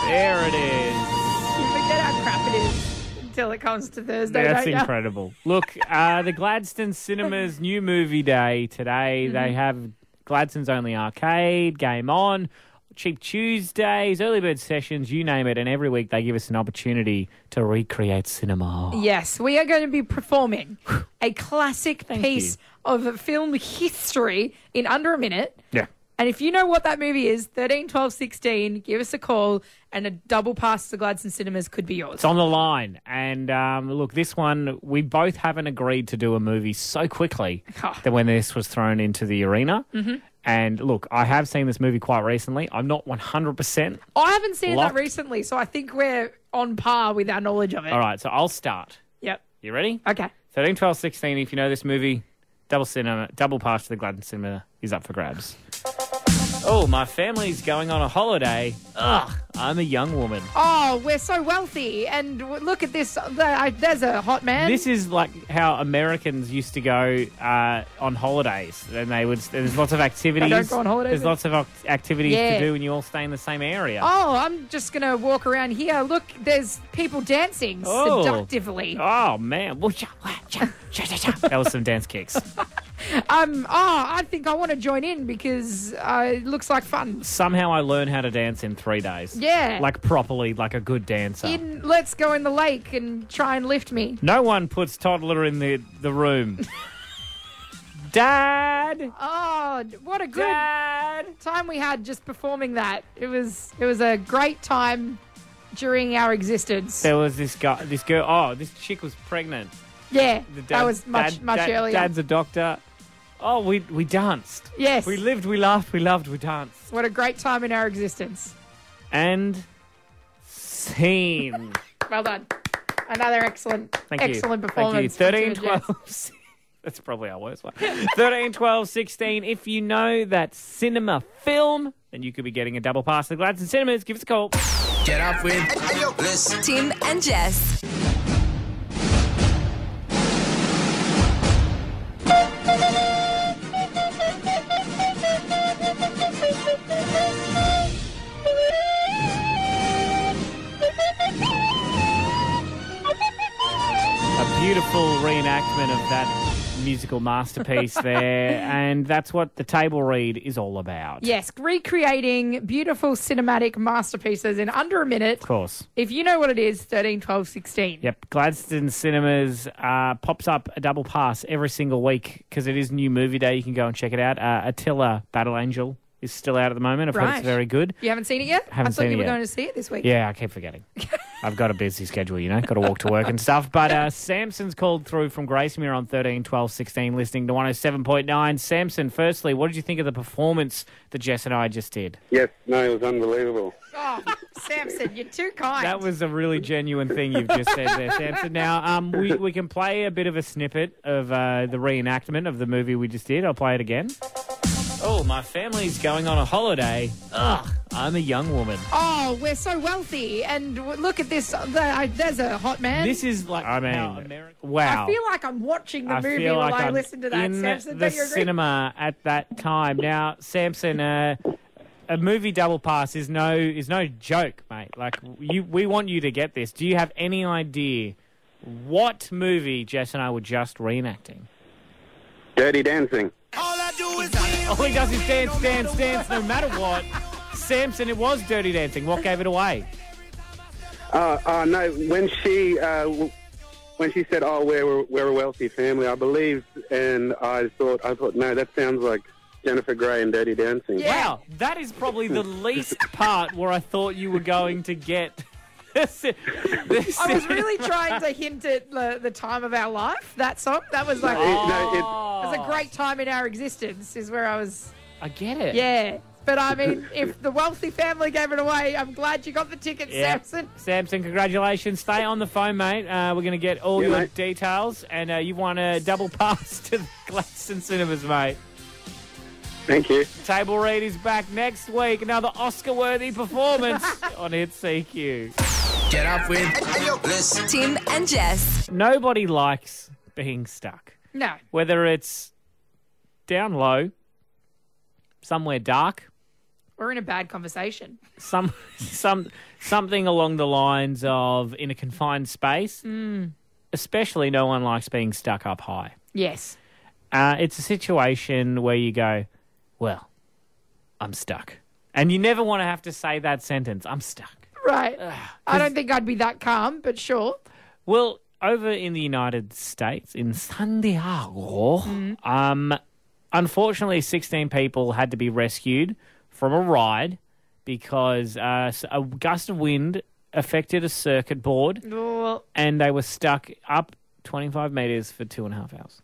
S1: There it is.
S2: You forget how crap it is until it comes to Thursday,
S1: That's
S2: don't ya?
S1: incredible. Look, uh, the Gladstone Cinemas new movie day today. They have Gladstone's only arcade game on, cheap Tuesdays, early bird sessions, you name it, and every week they give us an opportunity to recreate cinema.
S2: Yes, we are going to be performing a classic piece of film history in under a minute.
S1: Yeah.
S2: And if you know what that movie is, 13, 12, 16, give us a call and a double pass to Gladstone Cinemas could be yours.
S1: It's on the line, and um, look, this one we both haven't agreed to do a movie so quickly
S2: Oh.
S1: that when this was thrown into the arena. And look, I have seen this movie quite recently. I'm not 100 percent
S2: I haven't seen
S1: Locked.
S2: that recently, so I think we're on par with our knowledge of it.
S1: All right, so I'll start.
S2: Yep.
S1: You ready?
S2: Okay.
S1: 13, 12, 16, if you know this movie, double cinema, double pass to the Gladden Cinema is up for grabs. Oh, my family's going on a holiday. Ugh, I'm a young woman.
S2: Oh, we're so wealthy. And w- look at this. Th- I- There's a hot man.
S1: This is like how Americans used to go uh, on holidays, and they would. There's lots of activities.
S2: go on holidays.
S1: There's lots of ac- activities
S2: Yeah.
S1: to do when you all stay in the same area.
S2: oh, I'm just going to walk around here. Look, there's people dancing
S1: Oh.
S2: seductively.
S1: Oh, man, Woo, cha, wah, cha, cha, cha, cha. that was some dance kicks.
S2: Um, oh, I think I want to join in because uh, it looks like fun.
S1: Somehow I learned how to dance in three days.
S2: Yeah.
S1: like properly, like a good dancer.
S2: In, let's go in the lake and try and lift me.
S1: No one puts toddler in the, the room. Dad!
S2: Oh, what a good
S1: Dad!
S2: time we had just performing that. It was it was a great time during our existence.
S1: There was this guy, this girl, oh, this chick was pregnant.
S2: yeah,
S1: The dad-
S2: that was much
S1: dad-
S2: much
S1: dad-
S2: earlier.
S1: Dad's a doctor. Oh, we, we danced.
S2: Yes.
S1: We lived, we laughed, we loved, we danced.
S2: what a great time in our existence.
S1: And scene.
S2: Well done. Another excellent
S1: Thank you.
S2: excellent performance.
S1: Thank
S2: from
S1: you. 13,
S2: Tim and
S1: 12. That's probably our worst one. 13, 12, 16. If you know that cinema film, then you could be getting a double pass to the Gladstone Cinemas. Give us a call.
S4: Get up with your bliss.
S5: Tim and Jess.
S1: A beautiful reenactment of that musical masterpiece there, and that's what the table read is all about.
S2: Yes, recreating beautiful cinematic masterpieces in under a minute.
S1: Of course.
S2: If you know what it is, 13, 12, 16.
S1: Yep, Gladstone Cinemas uh, pops up a double pass every single week because it is new movie day. You can go and check it out. Uh, Attila Battle Angel is still out at the moment. I've heard
S2: Right.
S1: it's very good.
S2: You haven't seen it yet?
S1: Haven't
S2: I thought
S1: seen
S2: you
S1: it
S2: were
S1: yet.
S2: going to see it this week.
S1: Yeah, I keep forgetting. I've got a busy schedule, you know, got to walk to work and stuff. But uh, Samson's called through from Gracemere on 13, 12, 16, listening to 107.9. Samson, firstly, what did you think of the performance that Jess and I just did?
S10: Yes, no, it was unbelievable.
S2: Oh, Samson, you're too kind.
S1: That was a really genuine thing you've just said there, Samson. Now, um, we, we can play a bit of a snippet of uh, the reenactment of the movie we just did. I'll play it again. Oh, my family's going on a holiday. Ugh, I'm a young woman.
S2: Oh, we're so wealthy, and w- look at this. Th- I- There's a hot man.
S1: This is like I mean,
S8: how
S1: wow.
S2: I feel like I'm watching the
S1: I
S2: movie
S1: feel
S2: while
S1: like
S2: I
S1: am
S2: listen to that,
S1: in
S2: Samson.
S1: the
S2: Don't you agree?
S1: cinema at that time. Now, Samson, uh, a movie double pass is no is no joke, mate. Like you, we want you to get this. Do you have any idea what movie Jess and I were just reenacting?
S10: Dirty Dancing.
S1: Oh All he does is dance, dance, dance, no matter what. Samson, it was Dirty Dancing. What gave it away?
S10: Uh, uh, no, when she uh, w- when she said, "Oh, we're we're a wealthy family," I believed, and I thought, I thought, no, that sounds like Jennifer Grey and Dirty Dancing.
S1: Wow, that is probably the least part where I thought you were going to get. this,
S2: I was really trying to hint at the, the time of our life. That song. That was like,
S1: No, it- no, it-
S2: it
S6: oh.
S2: was a great time in our existence. Is where I was.
S1: I get it.
S2: Yeah, but I mean, if the wealthy family gave it away, I'm glad you got the ticket,
S1: Yeah.
S2: Samson.
S1: Samson, congratulations. Stay on the phone, mate. Uh, we're going to get all
S2: Yeah,
S1: your
S2: mate.
S1: details, and uh, you want a double pass to the Gladstone Cinemas, mate.
S10: Thank you.
S1: Table Read is back next week. Another Oscar worthy performance on Hits CQ.
S4: Get up with Bliss.
S5: Tim and Jess.
S1: Nobody likes being stuck.
S2: No.
S1: Whether it's down low, somewhere dark,
S2: We're in a bad conversation.
S1: some some something along the lines of in a confined space.
S2: Mm.
S1: Especially, no one likes being stuck up high.
S2: Yes.
S1: Uh, it's a situation where you go, well, I'm stuck, and you never want to have to say that sentence. I'm stuck.
S2: Right. I don't think I'd be that calm, but sure.
S1: Well, over in the United States, in San Diego, um, unfortunately, 16 people had to be rescued from a ride because uh, s- a gust of wind affected a circuit board
S2: Well,
S1: and they were stuck up 25 meters for two and a half hours.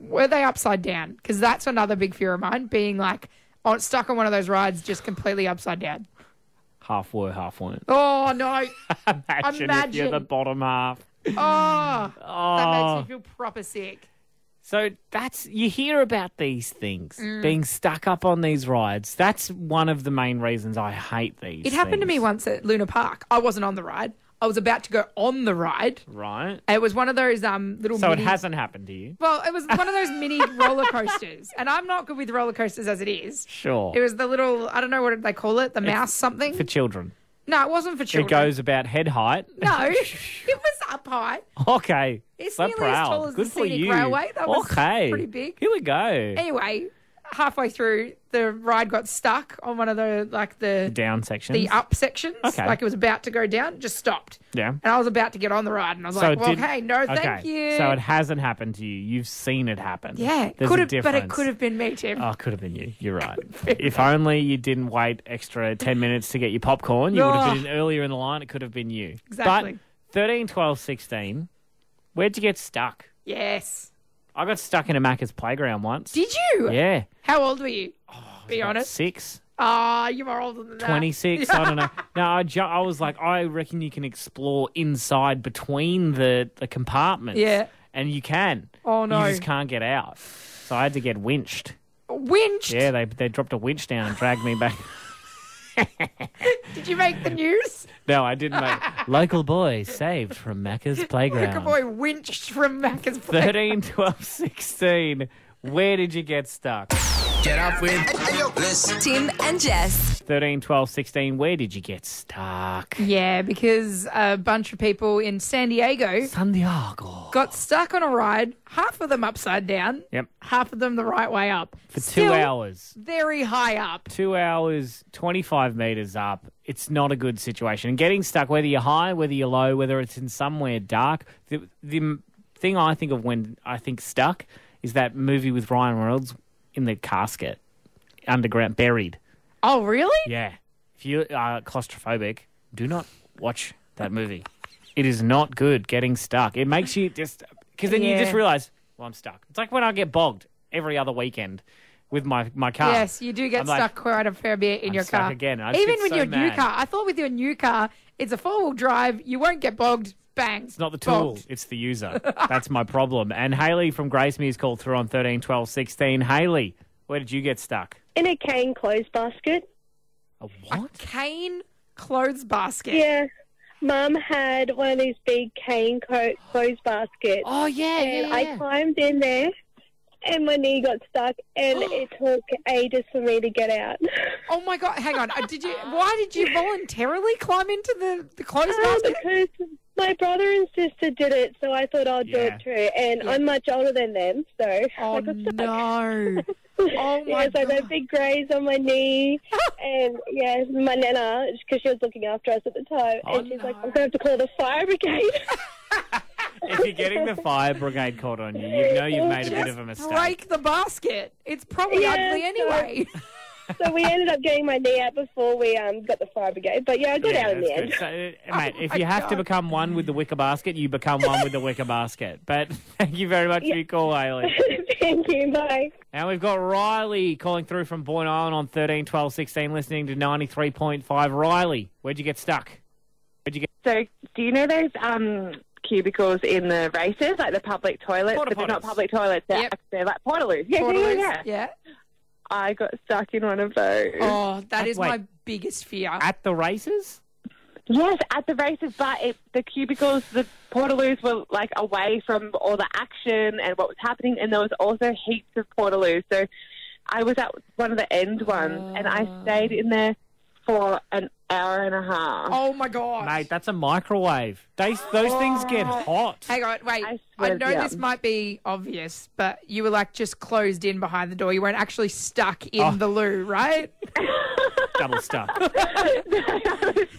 S2: were they upside down? Because that's another big fear of mine, being like on, stuck on one of those rides just completely upside down.
S1: Half were, half weren't.
S2: Oh, no.
S1: Imagine, if you're the
S2: Imagine.
S1: bottom half.
S2: Oh, that
S1: Oh.
S2: makes me feel proper sick.
S1: So that's you hear about these things
S2: Mm.
S1: being stuck up on these rides. That's one of the main reasons I hate these.
S2: It happened to me once at Luna Park. I wasn't on the ride. I was about to go on the ride.
S1: right?
S2: It was one of those um, little.
S1: So it
S2: mini-
S1: hasn't happened to you.
S2: Well, it was one of those mini roller coasters, and I'm not good with roller coasters as it is.
S1: Sure.
S2: It was the little I don't know what they call it, the
S1: It's
S2: mouse something.
S1: for children.
S2: no, it wasn't for children.
S1: It goes about head height.
S2: No, it was up high.
S1: Okay.
S2: It's
S1: so
S2: nearly as
S1: proud.
S2: tall as the
S1: Good for
S2: scenic
S1: you.
S2: railway. That was
S1: okay.
S2: pretty big.
S1: Here we go.
S2: Anyway, halfway through, the ride got stuck on one of the like the
S1: The down section.
S2: the up sections.
S1: Okay.
S2: Like it was about to go down, just stopped.
S1: Yeah.
S2: And I was about to get on the ride, and I was
S1: so
S2: like,
S1: it
S2: "Well,
S1: did-
S2: hey, no, thank
S1: okay.
S2: you."
S1: So it hasn't happened to you. You've seen it happen.
S2: yeah,
S1: There's
S2: could
S1: a
S2: have, but it
S1: difference.
S2: could have been me, Tim.
S1: Oh, it could have been you. You're right. if only you didn't wait extra 10 minutes to get your popcorn, you would have been earlier in the line. It could have been you.
S2: Oh. Exactly.
S1: But 13, 12, 16, where'd you get stuck?
S2: yes.
S1: I got stuck in a Macca's playground once.
S2: Did you?
S1: Yeah. Oh,
S2: How old were you? Be honest.
S1: Six,
S2: Ah, you are older than that.
S1: 26, I don't know. No, I, ju- I was like, I reckon you can explore inside between the, the compartments.
S2: Yeah.
S1: And you can.
S2: Oh, no.
S1: You just can't get out. So I had to get winched.
S2: Winch,
S1: Yeah, they, they dropped a winch down and dragged me back.
S2: did you make the news?
S1: No, I didn't make Local boy saved from Macca's
S2: Wicker
S1: playground.
S2: boy winched from Macca's place.
S1: 13, 12, 16. Where did you get stuck?
S4: Get up with Bliss.
S5: Tim and Jess.
S1: 13, 12, 16. Where did you get stuck?
S2: Yeah, because a bunch of people in San Diego,
S1: San Diego,
S2: got stuck on a ride. Half of them upside down.
S1: Yep.
S2: Half of them the right way up.
S1: For two
S2: Still
S1: hours.
S2: Very high up.
S1: Two hours, 25 meters up. It's not a good situation. And getting stuck, whether you're high, whether you're low, whether it's in somewhere dark, the, the m- thing I think of when I think stuck is that movie with Ryan Reynolds in the casket, underground, buried.
S2: Oh, really?
S1: Yeah. If you are claustrophobic, do not watch that movie. It is not good getting stuck. It makes you just because then you
S2: Yeah.
S1: just realize, well, I'm stuck. It's like when I get bogged every other weekend with my my car.
S2: Yes, you do get
S1: I'm like,
S2: stuck quite a fair bit in
S1: I'm
S2: your
S1: stuck
S2: car.
S1: again. I just
S2: Even
S1: get
S2: with
S1: so
S2: your new
S1: mad.
S2: car, I thought with your new car, it's a four wheel drive. You won't get bogged. Bang.
S1: It's not the tool, it's the user. That's my problem. And Haley from Grace Me's called through on thirteen twelve sixteen. Haley, where did you get stuck?
S11: In a cane clothes basket.
S1: A what?
S2: Cane clothes basket.
S11: Yeah. Mum had one of these big cane co- clothes baskets.
S2: Oh, yeah,
S11: And
S2: yeah, yeah.
S11: I climbed in there and my knee got stuck and it took ages for me to get out.
S2: Oh my god! Hang on. Uh, Did you? Why did you voluntarily climb into the the
S11: Um,
S2: clothes basket?
S11: Because my brother and sister did it, so I thought I'll do
S2: Yeah.
S11: it too. And I'm much older than them, so.
S2: Oh no!
S11: Oh my yeah, so those big grays on my knee, and yeah, my nana because she was looking after us at the time, and she's like, "I'm gonna have to call the fire brigade."
S1: If you're getting the fire brigade caught on you, you know you've made a bit of a mistake.
S2: Break the basket. It's probably
S11: Yeah,
S2: ugly
S11: so-
S2: anyway.
S11: so we ended up getting my knee out before we um, got the fire brigade. But yeah, I got
S1: Yeah,
S11: out in
S1: that's
S11: the end.
S1: good. So, uh, mate, if you have to become one with the wicker basket, you become one with the wicker basket. But thank you very much for your call, Ailey.
S11: Thank you. Bye.
S1: And we've got Riley calling through from Boyne Island on 13, 12, 16, listening to 93.5. Riley, where'd you get stuck? Where'd you get
S12: So, do you know those um, cubicles in the races, like the public toilets? But they're not
S1: Porta-potties.
S12: public toilets. They're,
S2: Yep.
S12: they're like portaloos. Yeah, yeah,
S2: Portaloos,
S12: yeah,
S2: yeah.
S12: I got stuck in one of those.
S2: Oh, that
S12: At-
S2: is
S12: wait.
S2: my biggest fear.
S1: at the races?
S12: Yes, at the races, but it, the cubicles, the portaloos were like away from all the action and what was happening, and there was also heaps of portaloos. So I was at one of the end ones, and I stayed in there for an hour and a half.
S2: Oh my god,
S1: Mate, that's a microwave. They, those things get hot.
S2: Hang on, wait. I,
S12: swear,
S2: know
S12: yeah.
S2: this might be obvious, but you were like just closed in behind the door. You weren't actually stuck in
S1: Oh.
S2: the loo, right?
S1: Double stuck.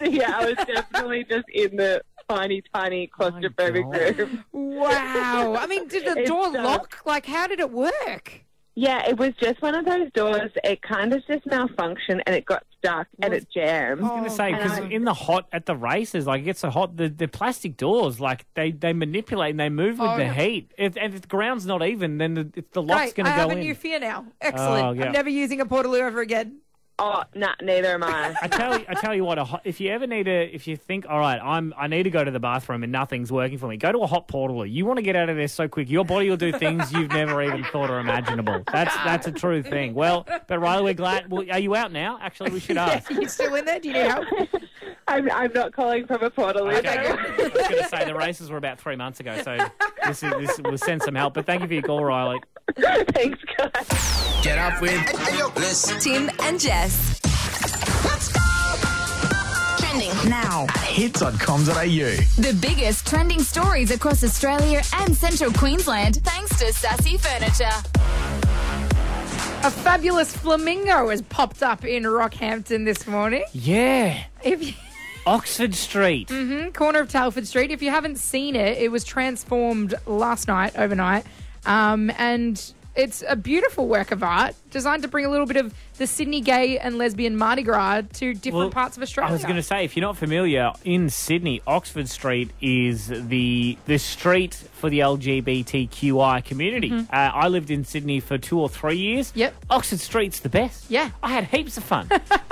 S12: yeah, I was definitely just in the tiny, tiny claustrophobic room.
S2: Wow. I mean, did the
S12: It's
S2: door
S12: so-
S2: lock? Like, how did it work?
S12: Yeah, it was just one of those doors. It kind of just malfunctioned and it got stuck and it jammed.
S1: I was
S2: Oh,
S1: going to say because in the hot at the races, like it gets so hot, the, the plastic doors like they, they manipulate and they move with
S2: Oh,
S1: the
S2: no.
S1: heat. If, and if the ground's not even, then the, if the lock's
S2: Great.
S1: going
S2: I
S1: to go
S2: have
S1: in.
S2: a new fear now. Excellent.
S1: Oh, yeah.
S2: I'm never using a portaloo ever again.
S12: Oh, nah, neither am I.
S1: I tell you, I tell you what. A hot, if you ever need a, if you think, all right, I'm, I need to go to the bathroom and nothing's working for me, go to a hot portal. You want to get out of there so quick. Your body will do things you've never even thought are imaginable. That's that's a true thing. Well, but Riley, we're glad. Well, are you out now? Actually, we should ask.
S2: you still in there? Do you need help?
S12: I'm, I'm not calling from a portal.
S1: I was going to say the races were about three months ago, so this is, this will send some help. But thank you for your call, Riley.
S12: Thanks, guys.
S4: Get up with Bliss.
S5: Tim and Jess. Let's go. Trending now.
S8: Hits.com.au.
S5: The biggest trending stories across Australia and central Queensland thanks to Sassy Furniture.
S2: A fabulous flamingo has popped up in Rockhampton this morning.
S1: Yeah,
S2: If you.
S1: Oxford Street.
S2: hmm Corner of Talford Street. If you haven't seen it, it was transformed last night, overnight. Um, and it's a beautiful work of art designed to bring a little bit of the Sydney gay and lesbian Mardi Gras to different
S1: Well,
S2: parts of Australia.
S1: I was going to say, if you're not familiar, in Sydney, Oxford Street is the the street for the LGBTQI community.
S2: Mhm.
S1: Uh, I lived in Sydney for two or three years. Yep, Oxford Street's the best.
S2: Yeah.
S1: I had heaps of fun.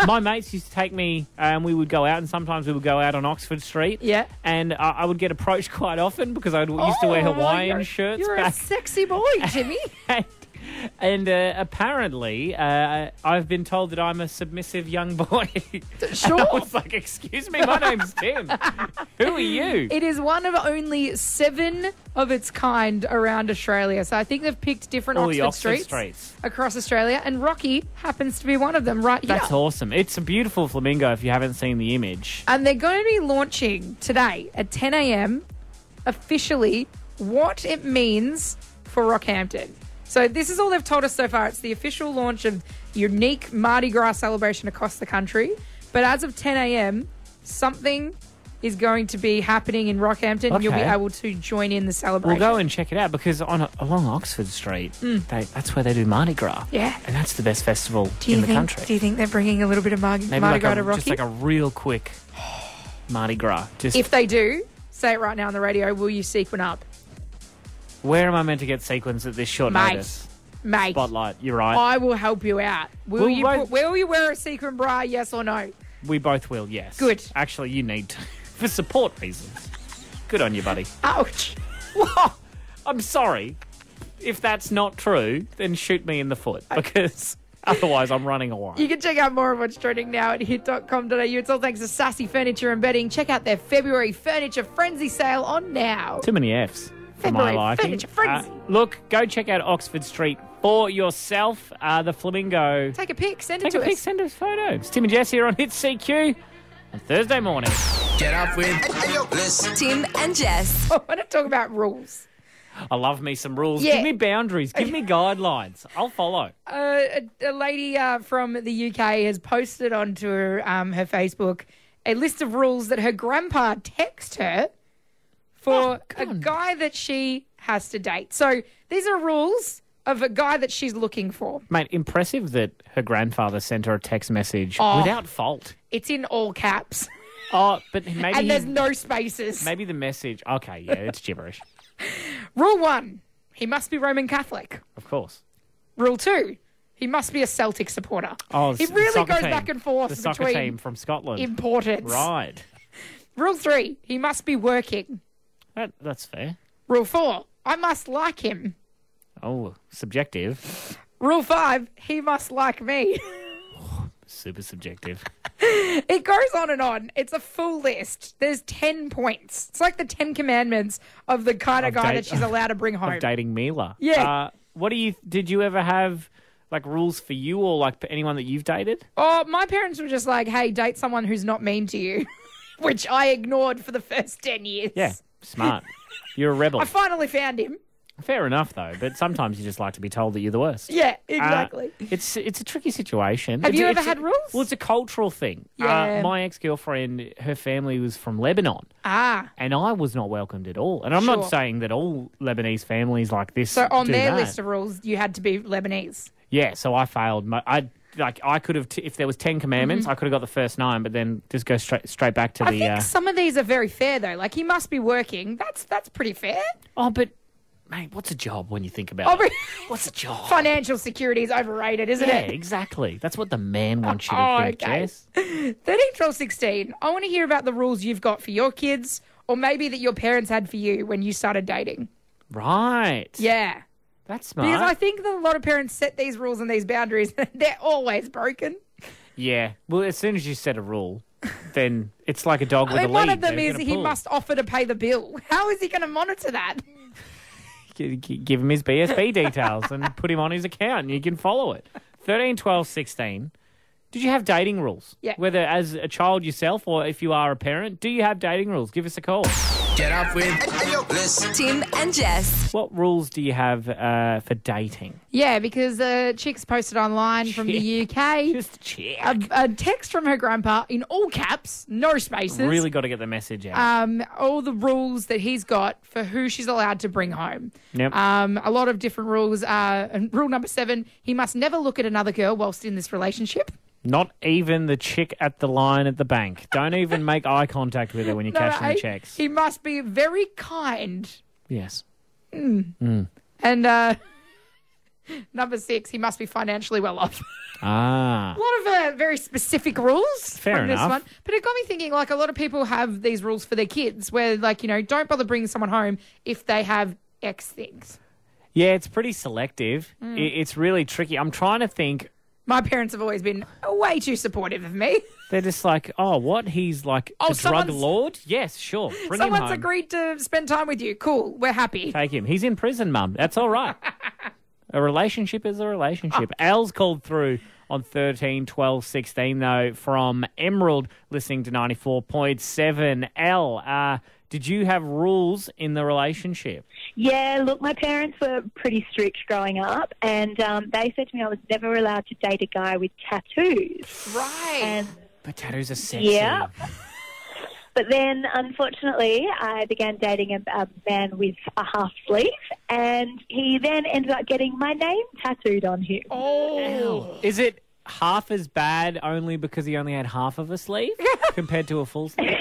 S1: My mates used to take me, and we would go out, and sometimes we would go out on Oxford Street.
S2: Yeah.
S1: and I I would get approached quite often because I used to wear
S2: Oh,
S1: Hawaiian
S2: you're-
S1: shirts.
S2: You're a
S1: back
S2: sexy boy, Jimmy.
S1: and uh, apparently, uh, I've been told that I'm a submissive young boy. Sure. I was like, excuse me, my name's Tim. Who are you?
S2: It is one of only seven of its kind around Australia. So I think they've picked different
S1: All
S2: Oxford,
S1: the Oxford
S2: streets,
S1: streets.
S2: across Australia, and Rocky happens to be one of them right here.
S1: That's awesome. It's a beautiful flamingo if you haven't seen the image.
S2: And they're going to be launching today at 10 a.m. officially what it means for Rockhampton. So, this is all they've told us so far. It's the official launch of unique Mardi Gras celebration across the country. But as of 10 a.m., something is going to be happening in Rockhampton. and You'll be
S1: Okay.
S2: able to join in the
S1: We'll
S2: celebration.
S1: go and check it out because on along Oxford Street,
S2: Mm.
S1: they, that's where they do Mardi Gras.
S2: Yeah.
S1: And that's the best festival
S2: do you
S1: in the
S2: think,
S1: country.
S2: Do you think they're bringing a little bit of Mar- Mardi
S1: Maybe
S2: Gras
S1: like
S2: to
S1: a,
S2: Rocky?
S1: just like a real quick Mardi Gras. Just
S2: if they do, say it right now on the radio. Will you sequin up?
S1: where am I meant to get sequins at this short
S2: Mate.
S1: notice?
S2: Mate.
S1: Spotlight, you're right.
S2: I will help you out. Will
S1: Well,
S2: you
S1: why-
S2: put, will you wear a sequin bra? Yes or no?
S1: We both will, yes.
S2: Good.
S1: Actually, you need to, for support reasons. Good on you, buddy.
S2: Ouch.
S1: I'm sorry. If that's not true, then shoot me in the foot because otherwise I'm running away.
S2: You can check out more of what's trending now at hit.com.au. It's all thanks to Sassy Furniture and Bedding. Check out their February Furniture Frenzy sale on now.
S1: Too many F's for my
S2: February
S1: liking.
S2: furniture frenzy.
S1: Uh, look, go check out Oxford Street for yourself. Uh, the Flamingo.
S2: Take a pic, send it
S1: Take
S2: to
S1: a
S2: us.
S1: pic, send us photos. It's Tim and Jess here on Hit CQ on Thursday morning.
S4: Get up with Bliss.
S5: Tim and Jess.
S2: I want to talk about rules.
S1: I love me some rules.
S2: Yeah.
S1: Give me boundaries. Give me guidelines. I'll follow.
S2: Uh, a, a lady uh, from the UK has posted onto her, um, her Facebook a list of rules that her grandpa texted her
S1: Oh,
S2: for a guy that she has to date. So these are rules of a guy that she's looking for.
S1: Mate, impressive that her grandfather sent her a text message
S2: Oh.
S1: without fault.
S2: It's in all caps.
S1: Oh, but maybe
S2: and there's
S1: he-
S2: no spaces.
S1: Maybe the message. Okay, yeah, it's gibberish.
S2: Rule one: he must be Roman Catholic.
S1: Of course.
S2: Rule two: he must be a Celtic supporter.
S1: Oh,
S2: it
S1: s-
S2: really
S1: soccer
S2: goes
S1: team.
S2: back and forth
S1: The soccer
S2: between
S1: team from Scotland.
S2: importance.
S1: Right.
S2: Rule three: he must be working.
S1: That, that's fair.
S2: Rule four: I must like him.
S1: Oh, subjective.
S2: Rule five: he must like me.
S1: Super subjective.
S2: it goes on and on. It's a full list. There's ten points. It's like the Ten Commandments of the kind of,
S1: Of
S2: guy
S1: date-
S2: that she's allowed to bring home.
S1: Of dating Mila.
S2: Yeah.
S1: Uh, what do you? Did you ever have like rules for you or like for anyone that you've dated?
S2: Oh, my parents were just like, hey, date someone who's not mean to you, which I ignored for the first 10 years.
S1: Yeah. Smart. You're a rebel.
S2: I finally found him.
S1: Fair enough, though. But sometimes you just like to be told that you're the worst.
S2: Yeah,
S1: Uh,
S2: exactly.
S1: it's it's a tricky situation.
S2: Have
S1: It's-
S2: you ever
S1: it's a-
S2: had rules?
S1: Well, it's a cultural thing.
S2: Yeah.
S1: Uh, my ex girlfriend, her family was from Lebanon,
S2: Ah.
S1: and I was not welcomed at all. And I'm not
S2: Sure.
S1: saying that all Lebanese families like this.
S2: So on
S1: do
S2: their
S1: that.
S2: list of rules, you had to be Lebanese.
S1: yeah. So I failed. My, I like I could have t- if there was ten commandments,
S2: Mhm.
S1: I could have got the first nine, but then just go straight straight back to
S2: I
S1: the.
S2: think
S1: uh,
S2: some of these are very fair, though. Like, he must be working. That's that's pretty fair.
S1: Oh, but mate, what's a job when you think about
S2: Oh,
S1: it?
S2: but
S1: What's a job?
S2: financial security is overrated, isn't
S1: yeah,
S2: it?
S1: exactly. That's what the man wants you to
S2: Oh,
S1: think.
S2: okay.
S1: Jess.
S2: 13, 12, 16. I want to hear about the rules you've got for your kids or maybe that your parents had for you when you started dating.
S1: Right.
S2: Yeah.
S1: That's smart.
S2: Because I think that a lot of parents set these rules and these boundaries, they're always broken.
S1: Yeah. Well, as soon as you set a rule, then it's like a dog
S2: I
S1: with
S2: mean,
S1: a lead.
S2: one of them
S1: They're
S2: is
S1: gonna
S2: he
S1: pull.
S2: must offer to pay the bill. How is he going to monitor that?
S1: G- g- give him his BSB details and put him on his account, and you can follow it. 13, 12, 16. Did you have dating rules?
S2: Yeah.
S1: Whether as a child yourself or if you are a parent, do you have dating rules? Give us a call.
S8: Get up with
S5: Tim and Jess.
S1: What rules do you have uh, for dating?
S2: Yeah, because uh, chick's posted online from the Uh, UK. Just
S1: chick.
S2: A, a text from her grandpa in all caps, no spaces.
S1: Really got to get the message out.
S2: Um, all the rules that he's got for who she's allowed to bring home.
S1: Yep.
S2: Um, a lot of different rules. Uh, and rule number seven: he must never look at another girl whilst in this relationship.
S1: Not even the chick at the line at the bank. Don't even make eye contact with her when you're
S2: Number
S1: cashing the
S2: eight,
S1: checks.
S2: eh? He must be very kind.
S1: Yes.
S2: Mm.
S1: Mm.
S2: And uh, number six, he must be financially well off.
S1: Ah.
S2: a lot of uh, very specific rules
S1: Fair
S2: from
S1: enough.
S2: this one. But it got me thinking like, a lot of people have these rules for their kids where, like, you know, don't bother bringing someone home if they have X things.
S1: Yeah, it's pretty selective.
S2: Mm.
S1: I It's really tricky. I'm trying to think.
S2: My parents have always been way too supportive of me.
S1: They're just like, oh, what? He's like
S2: Oh,
S1: a drug
S2: someone's-
S1: lord? Yes, sure. Bring him
S2: Someone's
S1: home.
S2: agreed to spend time with you. Cool. We're happy.
S1: Take him. He's in prison, mum. That's all right. a relationship is a relationship.
S2: Oh.
S1: Al's called through on 13, 12, 16, though, from Emerald, listening to 94.7. Al, uh, did you have rules in the relationship?
S13: Yeah, look, my parents were pretty strict growing up, and um, they said to me I was never allowed to date a guy with tattoos.
S2: Right.
S13: And
S1: But tattoos are sexy.
S13: yeah. But then, unfortunately, I began dating a, a man with a half sleeve, and he then ended up getting my name tattooed on him.
S2: Oh.
S1: Is it half as bad only because he only had half of a sleeve compared to a full sleeve?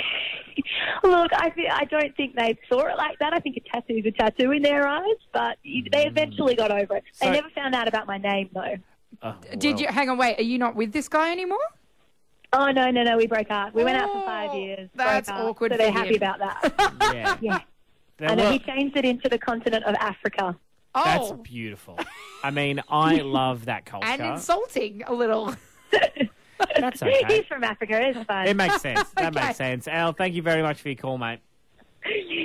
S13: Look, I, thi- I don't think they saw it like that. I think a tattoo's a tattoo in their eyes, but
S2: Mm.
S13: they eventually got over it.
S1: So-
S13: they never found out about my name, though.
S1: Oh,
S2: Did you hang on? Wait, are you not with this guy anymore?
S13: Oh no, no, no. We broke up. We went out for five
S2: Oh,
S13: years.
S2: that's
S13: broke up.
S2: awkward
S13: So they're
S2: for
S13: happy
S2: him.
S13: about that.
S1: yeah.
S13: yeah.
S1: There
S13: and then
S1: were-
S13: he changed it into the continent of Africa.
S1: That's beautiful. I mean, I love that culture.
S2: Oh, And insulting a little.
S1: That's okay.
S13: He's from Africa. It's fine.
S1: It makes sense. That makes sense. Al, thank you very much for your call, mate.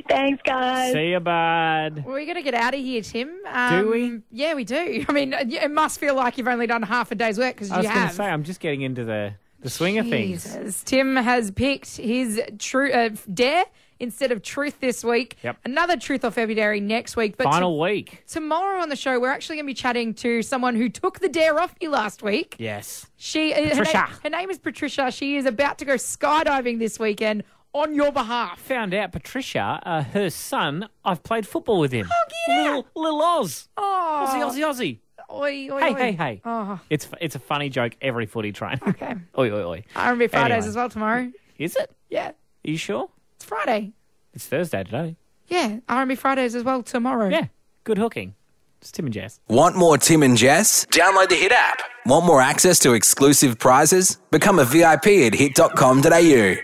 S13: Thanks, guys.
S1: See you, bud.
S2: Well, we got to get out of here, Tim. Um,
S1: we?
S2: Yeah, we do. I mean, it it must feel like you've only done half a day's work because
S1: I
S2: you
S1: was going to
S2: have.
S1: say, I'm just getting into the, the swing of things.
S2: Jesus. Tim has picked his true uh, dare instead of truth this week.
S1: Yep.
S2: Another truth or February next week. But to-
S1: Final week.
S2: tomorrow on the show, we're actually going to be chatting to someone who took the dare off me last week.
S1: Yes.
S2: She uh, her
S1: Patricia.
S2: name- her name is Patricia. She is about to go skydiving this weekend on your behalf.
S1: Found out Patricia, uh, her son, I've played football with him. little, little Oz.
S2: Oh.
S1: Aussie, Aussie, Aussie.
S2: Oi, oi,
S1: Hey,
S2: oi.
S1: hey, hey.
S2: Oh.
S1: It's it's a funny joke every footy train. Okay. oi, oi, oi.
S2: R&B Fridays
S1: Anyway.
S2: as well tomorrow.
S1: Is it?
S2: Yeah,
S1: Are you sure?
S2: it's Friday.
S1: It's Thursday today.
S2: Yeah, R&B Fridays as well tomorrow. Yeah.
S1: Good hooking. It's Tim and Jess.
S8: Want more Tim and Jess? Download the Hit app. Want more access to exclusive prizes? Become a VIP at hit.com.au.